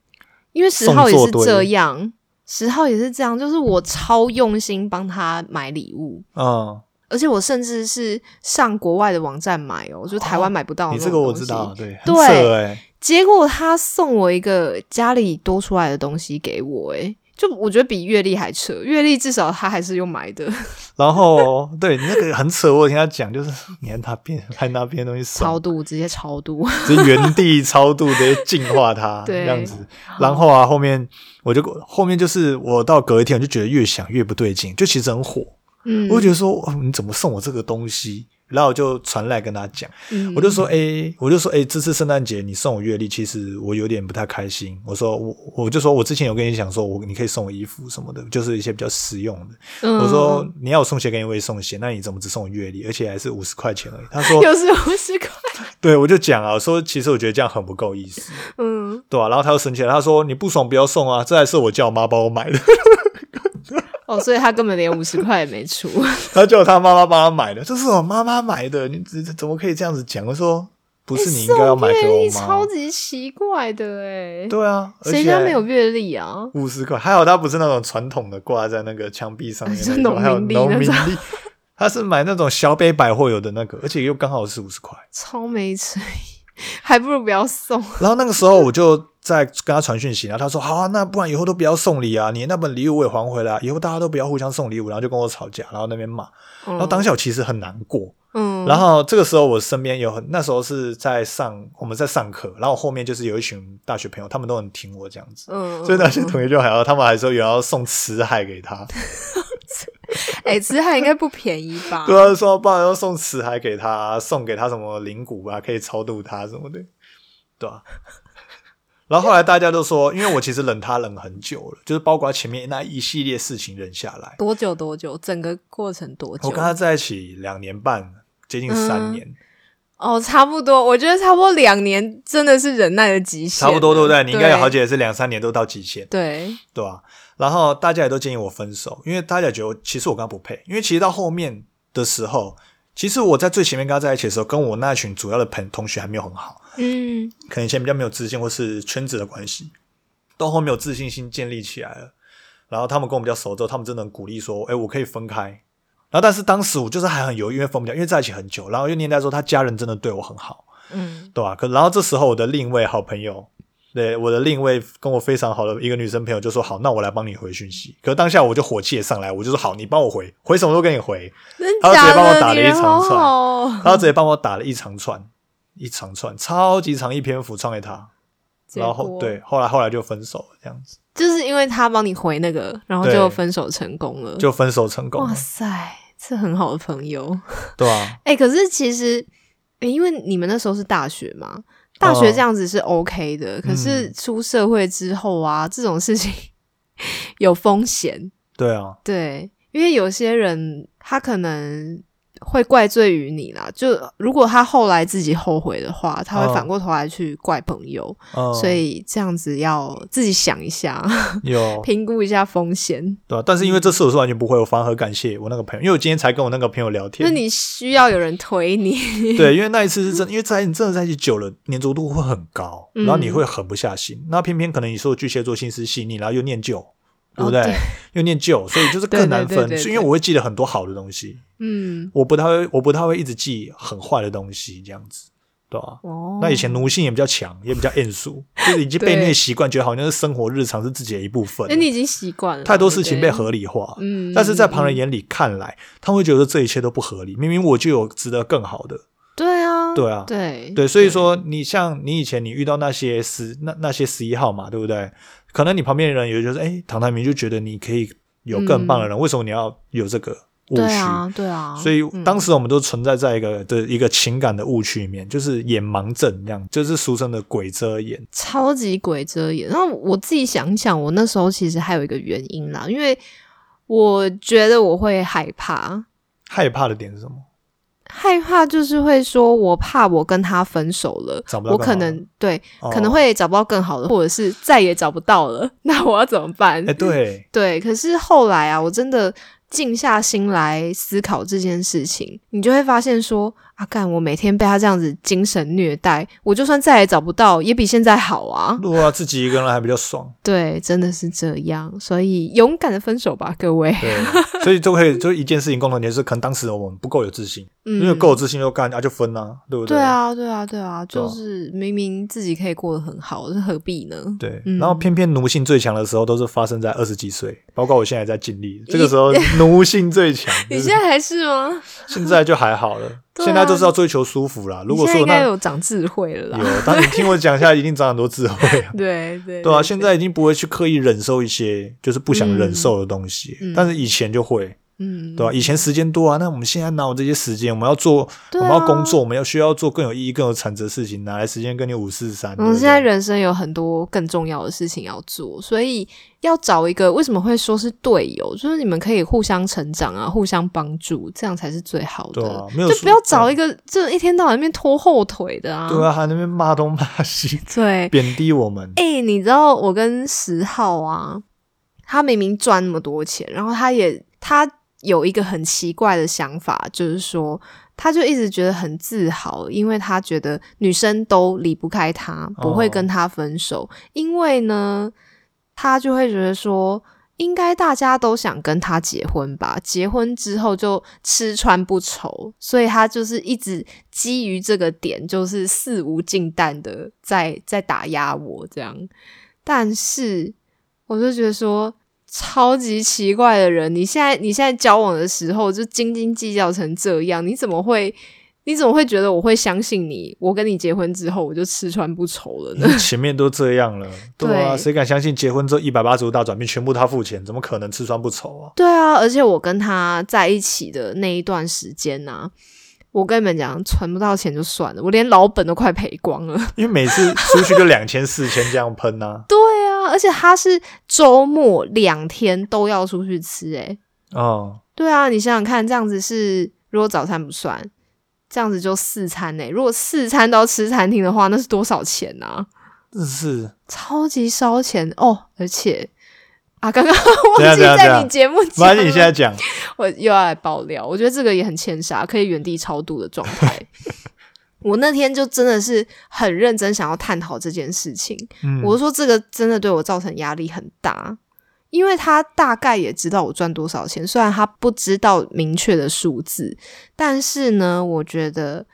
B: 因为十号也
A: 送
B: 是
A: 作对
B: 这样，十号也是这样，就是我超用心帮他买礼物。
A: 嗯，
B: 而且我甚至是上国外的网站买哦，就是台湾买不到、
A: 你这个我知道，。对，很
B: 对
A: 扯哎、
B: 结果他送我一个家里多出来的东西给我，诶，就我觉得比月历还扯。月历至少他还是用买的，
A: 然后对你那个很扯，我有听他讲，就是 你看他边还拿别的东西送
B: 超度直接超度。
A: 就原地超度，直接净化它
B: 对
A: 这样子。然后啊，后面我就后面就是我到隔一天，我就觉得越想越不对劲，就其实很火，
B: 嗯，
A: 我就觉得说、哦你怎么送我这个东西？然后我就传来跟他讲，
B: 嗯
A: 我就说，诶，我就说，诶，这次圣诞节你送我月历，其实我有点不太开心。我说，我我就说我之前有跟你讲说，我你可以送我衣服什么的，就是一些比较实用的。
B: 嗯
A: 我说你要我送鞋给你，我也送鞋，那你怎么只送我月历，而且还是五十块钱而已？他 说，
B: 又是五十块，
A: 对，我就讲啊，我说其实我觉得这样很不够意思。
B: 嗯。
A: 对啊，然后他又生气了，他说：“你不爽不要送啊，这还是我叫我妈帮我买的，
B: 哦，所以他根本连五十块也没出。
A: 他叫他妈妈帮他买的，这是我妈妈买的，你怎怎么可以这样子讲？”我说：“不是你应该要买给
B: 月
A: 我
B: 历
A: 吗
B: 超级奇怪的哎？”，
A: 对啊，而
B: 谁
A: 且
B: 家没有月历啊？
A: 五十块？还好他不是那种传统的挂在那个墙壁上面
B: 是
A: 那种，还有
B: 农民历
A: 农民
B: 那
A: 历，他是买那种小北百货有的那个，而且又刚好是五十块。
B: 超没诚意，还不如不要送。
A: 然后那个时候我就在跟他传讯息，然后他说：“好、啊，那不然以后都不要送礼啊，你那本礼物我也还回来，啊以后大家都不要互相送礼物。”然后就跟我吵架，然后那边骂，
B: 然
A: 然后当下我其实很难过。
B: 嗯，
A: 然后这个时候，我身边有很那时候是在上我们在上课，然后后面就是有一群大学朋友，他们都很挺我这样子，
B: 嗯，
A: 所以那些同学就还要，他们还说有要送辞海给他，
B: 嗯哎，其实还应该不便宜 吧？
A: 对啊，说不然要送辞海给他，送给他什么灵骨啊，可以超度他什么的，对啊。然后后来大家都说，因为我其实忍他忍很久了，就是包括前面那一系列事情忍下来。
B: 多久多久？整个过程多久？
A: 我跟他在一起两年半，接近三年，
B: 哦，差不多，我觉得差不多两年真的是忍耐的极限，
A: 差不多对不对？你应该有好几。也是两三年都到极限，
B: 对，
A: 对吧、然后大家也都建议我分手，因为大家觉得我其实我跟他不配，因为其实到后面的时候，其实我在最前面跟他在一起的时候，跟我那群主要的朋同学还没有很好。
B: 嗯，
A: 可能以前比较没有自信，或是圈子的关系，到后面有自信心建立起来了，然后他们跟我比较熟之后，他们真的很鼓励说：“哎，我可以分开。”然后，但是当时我就是还很犹豫，因为分不掉，因为在一起很久，然后又念在说他家人真的对我很好，
B: 嗯，
A: 对吧、啊可然后这时候我的另一位好朋友，对我的另一位跟我非常好的一个女生朋友就说：“好，那我来帮你回讯息。”可当下我就火气也上来，我就说：“好，你帮我回，回什么都给你回。”
B: 真
A: 他直接
B: 假
A: 帮我
B: 的？
A: 打了
B: 你
A: 一
B: 人
A: 长
B: 好
A: 串
B: 好哦，
A: 然后直接帮我打了一长串，一长串超级长一篇幅传给他。
B: 结
A: 然后
B: 果
A: 对，，后来后来就分手了，这样子
B: 就是因为他帮你回那个，然后
A: 对
B: 就分手成功了。
A: 就分手成功
B: 哇
A: 了，
B: 塞，这很好的朋友。
A: 对啊吧、
B: 哎、可是其实、欸因为你们那时候是大学嘛，大
A: 哦
B: 学这样子是 OK 的，可是
A: 嗯
B: 出社会之后啊，这种事情 有风险。
A: 对 啊，
B: 对，因为有些人他可能会怪罪于你啦，就如果他后来自己后悔的话，他会
A: 嗯
B: 反过头来去怪朋友，
A: 嗯，
B: 所以这样子要自己想一下，
A: 哦有
B: 评估一下风险。
A: 对、啊，但是因为这次我是完全不会，我反而很感谢我那个朋友，因为我今天才跟我那个朋友聊
B: 就
A: 天，
B: 你需要有人推你，
A: 对，因为那一次是真的，因为在你真的在一起久了，粘着度会很高，
B: 嗯
A: 然后你会狠不下心。那偏偏可能你说巨蟹座心思细腻，然后又念旧，对不
B: 哦
A: 对？
B: 对
A: 又念旧，所以 就是
B: 对
A: 更
B: 对
A: 难
B: 对
A: 分。
B: 对
A: 是
B: 对
A: 因为我会记得很多好的东西，
B: 嗯，
A: 我不太会，我不太会一直记很坏的东西，这样子，对吧、
B: 哦，
A: 那以前奴性也比较强，也比较厌俗，就是已经被那
B: 对
A: 个习惯，觉得好像是生活日常是自己的一部分
B: 哎、。你已经习惯了嘛，
A: 太多
B: 对不
A: 事情
B: 对
A: 被合理化，
B: 嗯
A: 但是在旁人眼里看来，他们会觉得这一切都不合理。明明我就有值得更好的，
B: 对啊，
A: 对啊，
B: 对
A: 对，所以说你像你以前你遇到那些十那那些十一号嘛，对不对？可能你旁边的人也就是，哎，唐台明就觉得你可以有更棒的人，为什么你要有这个误
B: 嗯对
A: 区？
B: 啊，对啊，
A: 所以
B: 嗯
A: 当时我们都存在在一个的一个情感的误区里面，就是眼盲症这样，就是俗称的鬼遮眼。
B: 超级鬼遮眼。然后我自己想一想，我那时候其实还有一个原因啦，因为我觉得我会害怕，
A: 害怕的点是什么？
B: 害怕就是会说我怕我跟他分手了
A: 找，不到
B: 我
A: 更好
B: 可
A: 的
B: 能对、
A: 哦
B: 可能会找不到更好的，或者是再也找不到了， 那我要怎么办？
A: 哎、对，
B: 对，可是后来啊，我真的静下心来思考这件事情，你就会发现说，啊，干，我每天被他这样子精神虐待，我就算再也找不到，也比现在好啊。
A: 如果要自己一个人还比较 爽，
B: 对，真的是这样，所以勇敢的分手吧，各位。
A: 对，所以就会就一件事情共同点是，可能当时我们不够有自信，
B: 嗯，
A: 因为够有自信就干啊就分啊，对不
B: 对
A: 对，
B: 啊，对啊，对啊，
A: 对
B: 就
A: 啊
B: 是明明自己可以过得很好，何 必呢？
A: 对
B: 嗯
A: 然后偏偏奴性最强的时候都是发生在二十几岁，包括我现在也在经历，这个时候奴性最强。
B: 你
A: 就是
B: 现在还是吗？
A: 现在就还好了，
B: 对啊
A: 现在就是要追求舒服啦。如果
B: 你现在
A: 说
B: 应该
A: 那有，
B: 有长智慧了啦。
A: 当你听我讲一下，一定长很多智慧啊。
B: 对对
A: 对啊，现在已经不会去刻意忍受一些就是不想忍受的东西，
B: 嗯嗯
A: 但是以前就会，
B: 嗯，
A: 对吧、以前时间多啊，那我们现在哪有这些时间？我们要做，
B: 对啊
A: 我们要工作，我们要需要做更有意义、更有产值的事情，哪来时间跟你五四三？
B: 我
A: 对不
B: 们
A: 对
B: 嗯现在人生有很多更重要的事情要做，所以要找一个为什么会说是队友，就是你们可以互相成长啊，互相帮助，这样才是最好的。
A: 对啊，没有
B: 就
A: 说
B: 不要找一
A: 对
B: 个这一天到晚在那边拖后腿的啊。
A: 啊对啊，还在那边骂东骂西，
B: 对，
A: 贬低我们。
B: 哎、你知道我跟十号啊，他明明赚那么多钱，然后他也他有一个很奇怪的想法，就是说，他就一直觉得很自豪，因为他觉得女生都离不开他，不会
A: 哦
B: 跟他分手，因为呢，他就会觉得说。应该大家都想跟他结婚吧？结婚之后就吃穿不愁，所以他就是一直基于这个点，就是肆无忌惮的在在打压我这样。但是我就觉得说，超级奇怪的人，你现在你现在交往的时候就斤斤计较成这样，你怎么会？你怎么会觉得我会相信你？我跟你结婚之后，我就吃穿不愁了呢？
A: 前面都这样了，对啊，
B: 对
A: 谁敢相信结婚之后一百八十度大转变，全部他付钱，怎么可能吃穿不愁啊？
B: 对啊，而且我跟他在一起的那一段时间呢、我跟你们讲，存不到钱就算了，我连老本都快赔光了。
A: 因为每次出去就两千四千这样喷 呐、
B: 对啊，而且他是周末两天都要出去吃、欸，诶，
A: 哦，
B: 对啊，你想想看，这样子是如果早餐不算，这样子就四餐欸呢、如果四餐都要吃餐厅的话，那是多少钱啊？
A: 真是
B: 超级烧钱哦！而且啊，刚 刚
A: 怎
B: 忘
A: 样
B: 记
A: 怎样怎
B: 在
A: 样
B: 你节目
A: 啊没
B: 讲
A: 关
B: 了，
A: 系，你现在 讲，
B: 我又要来爆料，我觉得这个也很欠杀，可以原地超度的状态。 我那天就真的是很认真想要探讨这件事情，
A: 嗯，
B: 我说这个真的对我造成压力很大，因为他大概也知道我赚多少钱，虽然他不知道明确的数字，但是呢，我觉得，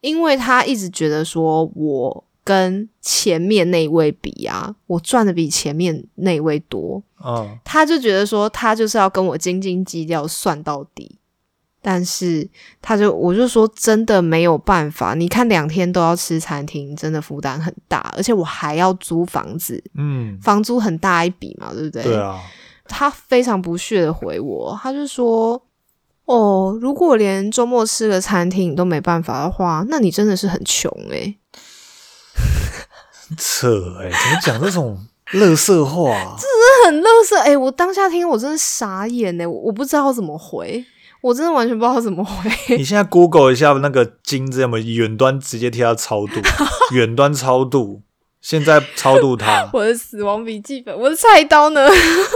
B: 因为他一直觉得说我跟前面那一位比啊，我赚的比前面那一位多，
A: 嗯，
B: 他就觉得说他就是要跟我斤斤计较，算到底。但是他就我就说真的没有办法，你看两天都要吃餐厅，真的负担很大，而且我还要租房子，
A: 嗯，
B: 房租很大一笔嘛，对不对？
A: 对啊，
B: 他非常不屑的回我，他就说：“哦，如果连周末吃个餐厅你都没办法的话，那你真的是很穷欸诶、
A: 扯哎、怎么讲这种乐色话、啊
B: 很乐色诶，哎我当下听我真的傻眼欸诶、我我不知道怎么回，我真的完全不知道怎么回。”，
A: 你现在 Google 一下那个金字有没有远端直接贴到超度，远端超度，现在超度它
B: 我的死亡笔记本，我的菜刀呢？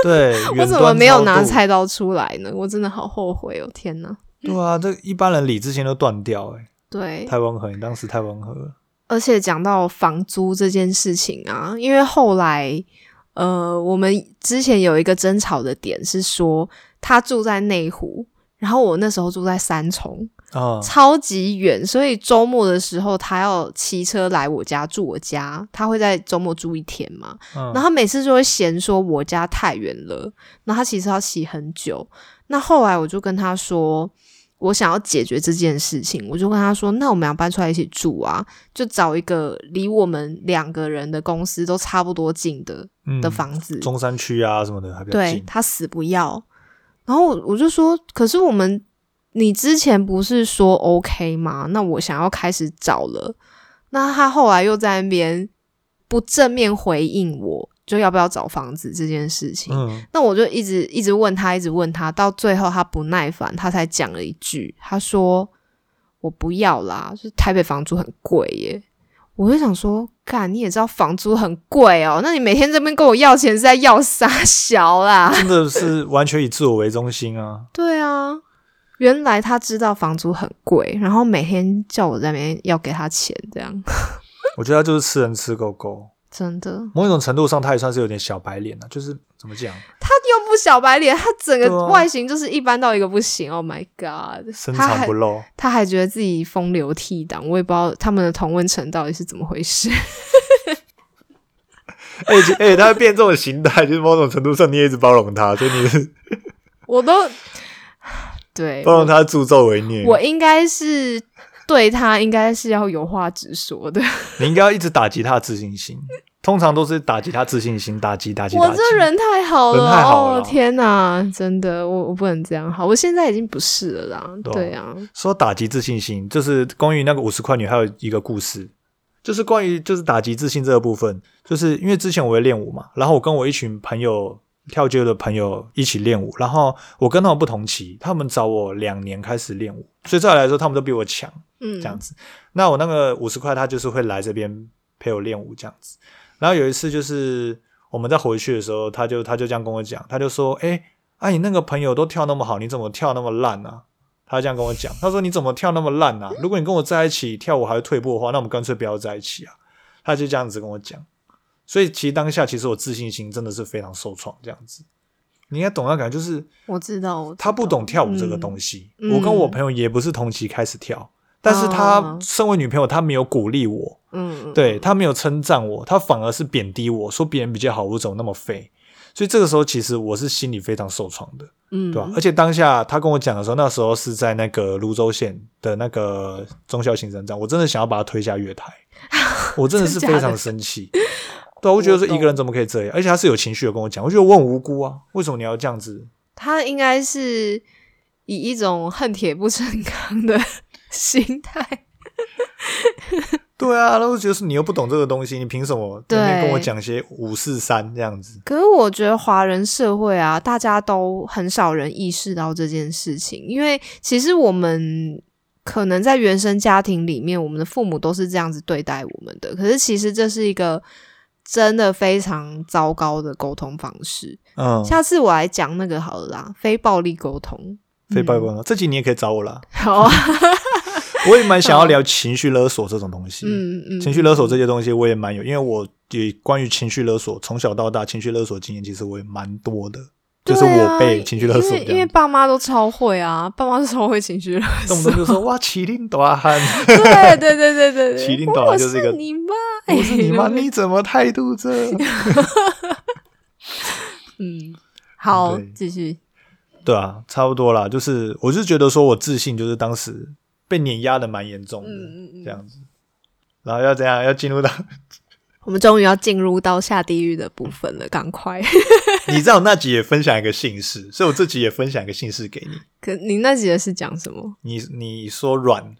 A: 对，
B: 我
A: 远
B: 怎
A: 端
B: 么没有拿
A: 超度
B: 菜刀出来呢？我真的好后悔哦！天哪，
A: 对啊，这一般人理智线都断掉、欸，
B: 对，
A: 太温和，你当时太温和了。
B: 而且讲到房租这件事情啊，因为后来呃，我们之前有一个争吵的点是说他住在内湖，然后我那时候住在三重，
A: 啊、
B: 超级远，所以周末的时候他要骑车来我家住我家，他会在周末住一天嘛。
A: 嗯，
B: 然后他每次就会嫌说我家太远了，然后他其实要骑很久。那后来我就跟他说，我想要解决这件事情，我就跟他说，那我们俩搬出来一起住啊，就找一个离我们两个人的公司都差不多近的
A: 嗯
B: 的房子。
A: 中山区啊什么的还比较
B: 对
A: 近，
B: 他死不要。然后我我就说，可是我们你之前不是说 OK 吗？那我想要开始找了，那他后来又在那边不正面回应我，就要不要找房子这件事情。
A: 嗯
B: 那我就一直一直问他，一直问他，到最后他不耐烦，他才讲了一句，他说：“我不要啦，就是台北房租很贵耶。”我就想说，干你也知道房租很贵哦，那你每天这边跟我要钱是在要啥小啦？
A: 真的是完全以自我为中心啊。
B: 对啊，原来他知道房租很贵，然后每天叫我在那边要给他钱，这样
A: 我觉得他就是吃人吃狗狗，
B: 真的，
A: 某种程度上他也算是有点小白脸啊，就是怎么讲，
B: 他又不小白脸，他整
A: 对
B: 个
A: 啊
B: 外形就是一般到一个不行。Oh my god，
A: 深
B: 他还
A: 藏不露。
B: 他还觉得自己风流倜傥，我也不知道他们的同温层到底是怎么回事。
A: 哎哎、欸他变这种形态，就是某种程度上你也一直包容他，所以你是
B: 我都对
A: 包容他助纣为虐。
B: 我应该是对他应该是要有话直说的。
A: 你应该要一直打击他的自信心，通常都是打击他自信心，打击打击。
B: 我
A: 打击
B: 这人太好了，
A: 人太好了
B: 哦天哪，真的，我我不能这样。好，我现在已经不是了啦。
A: 对啊
B: 对啊，
A: 说打击自信心，就是关于那个五十块女还有一个故事，就是关于就是打击自信这个部分，就是因为之前我会练舞嘛，然后我跟我一群朋友跳街的朋友一起练舞，然后我跟他们不同期，他们找我两年开始练舞，所以照理来说他们都比我强
B: 嗯，
A: 这样子。那我那个五十块他就是会来这边陪我练舞这样子，然后有一次就是我们在回去的时候，他就他就这样跟我讲，他就说：“哎、啊你那个朋友都跳那么好，你怎么跳那么烂啊？”他这样跟我讲，他说：“你怎么跳那么烂啊？如果你跟我在一起跳舞还会退步的话，那我们干脆不要在一起啊。”他就这样子跟我讲，所以其实当下其实我自信心真的是非常受创，这样子。你应该懂那感觉，就是
B: 我知道，我知道
A: 他不懂跳舞这个东西。
B: 嗯哦
A: 我跟我朋友也不是同期开始跳，但是他身为女朋友，他没有鼓励我，
B: 嗯，嗯，
A: 对啊他没有称赞我，他反而是贬低我说别人比较好，我怎么那么废？所以这个时候其实我是心里非常受创的，
B: 嗯，
A: 对啊吧、而且当下他跟我讲的时候，那时候是在那个泸州县的那个中校行政站，我真的想要把他推下月台，我真的是非常生气。对啊，我觉得说
B: 我懂
A: 一个人怎么可以这样？而且他是有情绪的跟我讲，我觉得我很无辜啊，为什么你要这样子？
B: 他应该是以一种恨铁不成钢的 心态。
A: 对啊，那就是你又不懂这个东西，你凭什么在那边
B: 对
A: 跟我讲些五四三这样子？
B: 可是我觉得华人社会啊，大家都很少人意识到这件事情，因为其实我们可能在原生家庭里面，我们的父母都是这样子对待我们的。可是其实这是一个真的非常糟糕的沟通方式。
A: 嗯，
B: 下次我来讲那个好了啦，非暴力沟通。
A: 非拜
B: 嗯
A: 官了，这集你也可以找我 啦。
B: 好啊，
A: 我也蛮想要聊情绪勒索这种东西。
B: 嗯嗯，
A: 情绪勒索这些东西我也蛮有，因为我也关于情绪勒索，从小到大情绪勒索经验其实我也蛮多的，就是
B: 对啊
A: 我被情绪勒索
B: 因为因
A: 这
B: 为
A: 样子，
B: 爸妈都超会啊，爸妈都超会情绪勒索
A: 动不。动就 说哇麒麟大汉，
B: 对对对对对对，
A: 麒麟岛
B: 我
A: 就是一个
B: 你妈，哎
A: 我是你妈，你怎么态度 这？
B: 嗯，好
A: 对，
B: 继续。
A: 对啊，差不多啦，就是我是觉得说我自信就是当时被碾压的蛮严重的，
B: 嗯嗯嗯
A: 这样子，然后要怎样要进 入到
B: 我们终于要进入到下地狱的部分了，赶快！
A: 你知道我那集也分享一个姓氏，所以我这集也分享一个姓氏给你。
B: 可你那集的是讲什么？
A: 你你说软几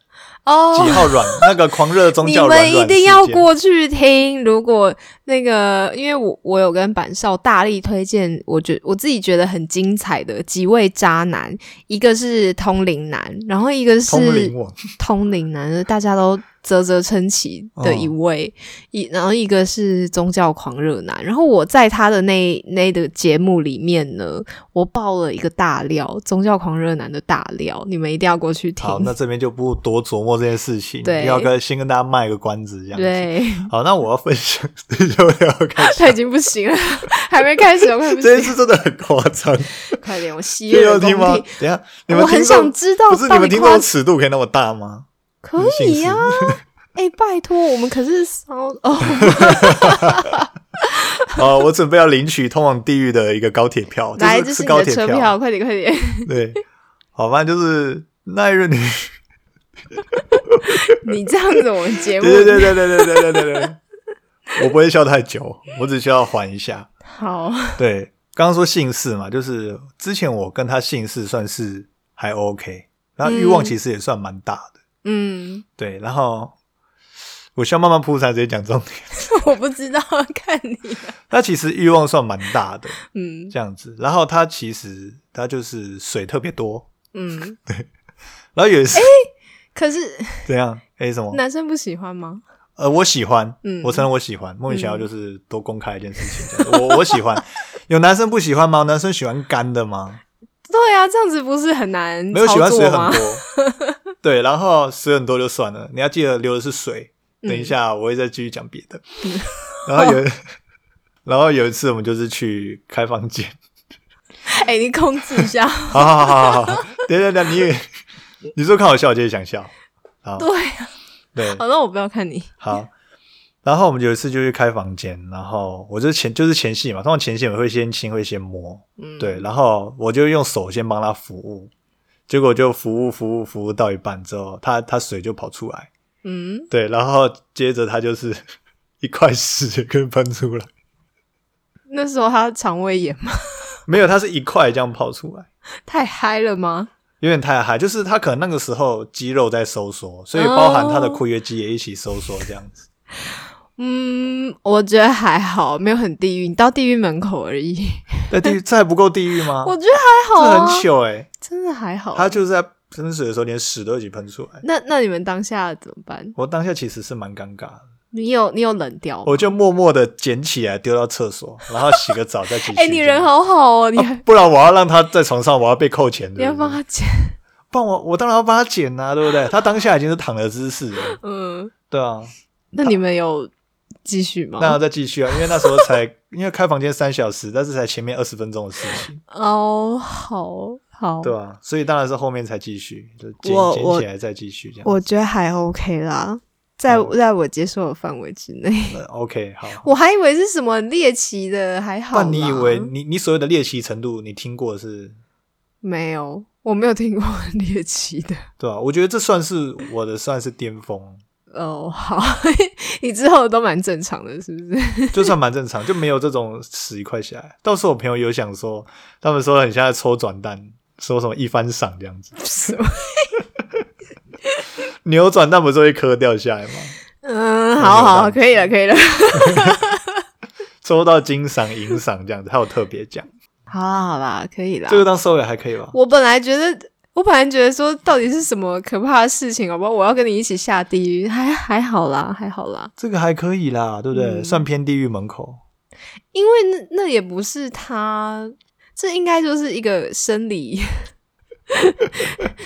B: 哦，
A: 号软？那个狂热宗
B: 你
A: 教软
B: 们一
A: 软
B: 定要
A: 事件
B: 过去听。如果那个，因为我我有跟板少大力推荐，我觉我自己觉得很精彩的几位渣男，一个是通灵男，然后一个是
A: 通灵王，
B: 通灵男，就是大家都啧啧称奇的一位，
A: 嗯
B: 一、然后一个是宗教狂热男，然后我在他的那那的节目里面呢，我爆了一个大料，宗教狂热男的大料，你们一定要过去听
A: 好，。那这边就不多琢磨这件事情，
B: 对
A: 要跟先跟大家卖个关子这样子。，
B: 对，
A: 好，那我要分享， 这就要开始，
B: 他已经不行了， 还没开始，我快不
A: 这一
B: 行，
A: 次真的很夸张，
B: 快点，我吸
A: 这
B: 引
A: 要
B: 了
A: 听吗？
B: 公
A: 等
B: 听。
A: 一下，你们
B: 我很
A: 听众
B: 想知道
A: 不是你
B: 到
A: 们
B: 底
A: 听
B: 夸
A: 众尺度可以那么大吗？
B: 可以呀、 哎、拜托，我们可是骚哦，
A: 啊，我准备要领取通往地狱的一个高铁票，就
B: 来，这
A: 是
B: 是
A: 是
B: 你
A: 高
B: 的
A: 铁
B: 车
A: 票，
B: 快点 快点，
A: 对，好，反正就是那一任女，
B: 你这样子我们节 目
A: 对对对对对对对对对对，我不会笑太久，我只需要缓一下。
B: 好，
A: 对，刚刚说姓氏嘛，就是之前我跟他姓氏算是还 OK，然后欲望
B: 嗯
A: 其实也算蛮大的，
B: 嗯。
A: 对，然后我需要慢慢铺才直接讲重点。
B: 我不知道，看你。啊
A: 他其实欲望算蛮大的
B: 嗯
A: 这样子，然后他其实他就是水特别多，
B: 嗯，
A: 然后有一次、
B: 可是
A: 怎样？哎，什么？
B: 男生不喜欢吗？
A: 呃，我喜欢，
B: 嗯
A: 我承认我喜欢，莫名其妙就是多公开一件事情这样子。我我喜欢，有男生不喜欢吗？男生喜欢干的吗？
B: 对啊，这样子不是很难
A: 没有喜欢
B: 操
A: 水很
B: 作吗？
A: 多，对，然后水很多就算了，你要记得留的是水。
B: 嗯
A: 等一下，我会再继续讲别的。然后有，然后有一次我们就是去开房间，
B: 哎、你控制一 下。
A: 好好好好好，等等等，你也你说看我笑，我就是想笑，好，
B: 对啊，
A: 对，
B: 好，那我不要看你。
A: 好。然后我们有一次就去开房间，然后我就前就是前戏嘛，通常前戏我会先亲，会先摸，
B: 嗯，
A: 对，然后我就用手先帮他服务，结果就服务服务服务到一半之后，他他水就跑出来，
B: 嗯，
A: 对，然后接着他就是 一块屎就跟喷出来，
B: 那时候他肠胃炎吗？
A: 没有，他是一块这样跑出来，
B: 太嗨了吗？
A: 有点太嗨，就是他可能那个时候肌肉在收缩，所以包含
B: 哦
A: 他的括约肌也一起收缩这样子。
B: 嗯，我觉得还好，没有很地狱，你到地狱门口 而已。
A: 那地狱这还不够地狱吗？
B: 我觉哦得还好、
A: 这
B: 啊，
A: 很糗哎、
B: 真的还好。
A: 他就是在喷水的时候连屎都一起喷出来。
B: 那那你们当下怎么办？
A: 我当下其实是蛮尴尬的，
B: 你有你有冷掉吗？
A: 我就默默的捡起来丢到厕所，然后洗个澡再继续。
B: 哎、你人好好哦，你
A: 这
B: 还、
A: 样，啊不然我要让他在床上，我要被扣钱
B: 你要
A: 的。
B: 帮他捡，
A: 帮我，我当然要帮他捡啊，对不对？他当下已经是躺的姿势了，
B: 嗯。
A: 对 啊。
B: 那你们有继续吗？
A: 那再继续啊，因为那时候才因为开房间三小时，但是才前面二十分钟的事情，
B: 哦，好好，
A: 对啊，所以当然是后面才继续，就捡
B: 哦我
A: 捡
B: 我
A: 起来再继续这样。
B: 我觉得还 OK 啦，在、
A: 嗯
B: 在我接受的范围之内。
A: 呃 OK，好。
B: 我还以为是什么猎奇的，还好啦。
A: 但你以为你你所谓的猎奇程度，你听过是
B: 没有？我没有听过猎奇的。
A: 对啊，我觉得这算是我的算是巅峰，
B: 哦，好， 你之后都蛮正常的，是不是？
A: 就算蛮正常，就没有这种屎一块下来。到时候我朋友有想说，他们说很像在抽转蛋，说什么一番赏这样子，
B: 什么
A: 扭转蛋不是会磕掉下来吗？
B: 嗯，好好，可以了，可以了。
A: 抽到金赏、银赏这样子，还有特别 奖，
B: 好啦，好啦，可以啦
A: 这。个当收尾还可以吧？
B: 啊我本来觉得，我本来觉得说，到底是什么可怕的事情？好不好？我要跟你一起下地狱，还还好啦，还好啦。
A: 这个还可以啦，对不对？
B: 嗯
A: 算偏地狱门口，
B: 因为那那也不是他，这应该就是一个生理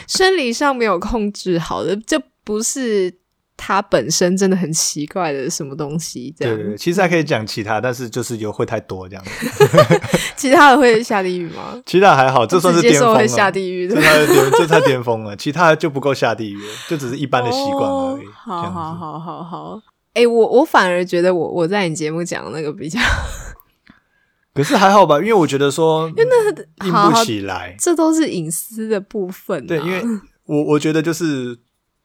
B: 生理上没有控制好的，这不是他本身真的很奇怪的什么东西。这
A: 对
B: 样，
A: 对对。其实还可以讲其他，但是就是有会太多这样子。
B: 其他的会下地狱吗？
A: 其他还好， 这算是
B: 只接
A: 巅
B: 受
A: 峰
B: 会
A: 了。
B: 下地狱
A: 这
B: 的。
A: 才巅，这才巅峰了，其他就不够下地狱了，就只是一般的习惯而已。
B: 哦
A: 这样
B: 好
A: 子
B: 好，好好好。哎、我我反而觉得我我在你节目讲那个比较，
A: 可是还好吧，因为我觉得说，因那硬
B: 好
A: 不
B: 好。
A: 起来
B: 这都是隐私的部分、啊。
A: 对，因为我我觉得就是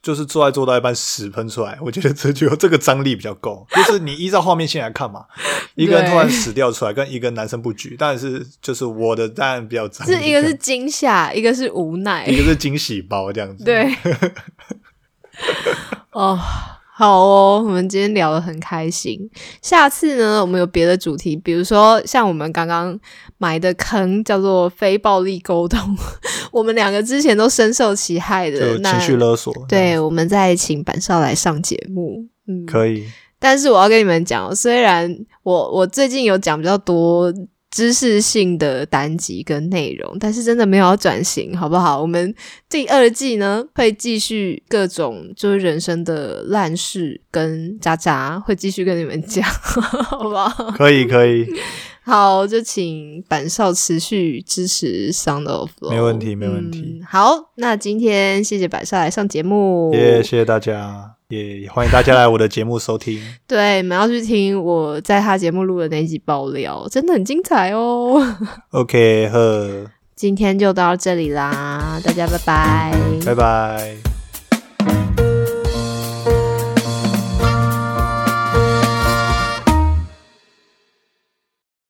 A: 就是做爱做到一半屎喷出来，我觉得这就这个张力比较够。就是你依照画面线来 看嘛，一个人突然屎掉出来，跟一个男生不举，当然是就是我的当然比较张力
B: 是
A: 更，
B: 一个是惊吓，一个是无奈啊
A: 一。个是惊喜包这样子。
B: 对， 哦，好哦，我们今天聊得很开心。下次呢，我们有别的主题，比如说像我们刚刚埋的坑叫做非暴力沟通， 我们两个之前都深受其害的
A: 就，
B: 那
A: 情绪勒索。
B: 对，我们再请板少来上节目。嗯，
A: 可以。
B: 但是我要跟你们讲，虽然我我最近有讲比较多知识性的单集跟内容，但是真的没有要转型，好不好？我们第二季呢会继续各种就是人生的烂事跟渣渣，会继续跟你们讲， 好不好？
A: 可以可以，
B: 好，就请板少持续支持 Sound of Love，
A: 没问题没问题
B: 嗯好，那今天谢谢板少来上节目，
A: 也谢谢大家，也欢迎大家来我的节目收听。
B: 对，你们要去听我在他节目录的那一集爆料，真的很精彩哦。
A: OK，呵，
B: 今天就到这里啦，大家拜拜。
A: 拜拜。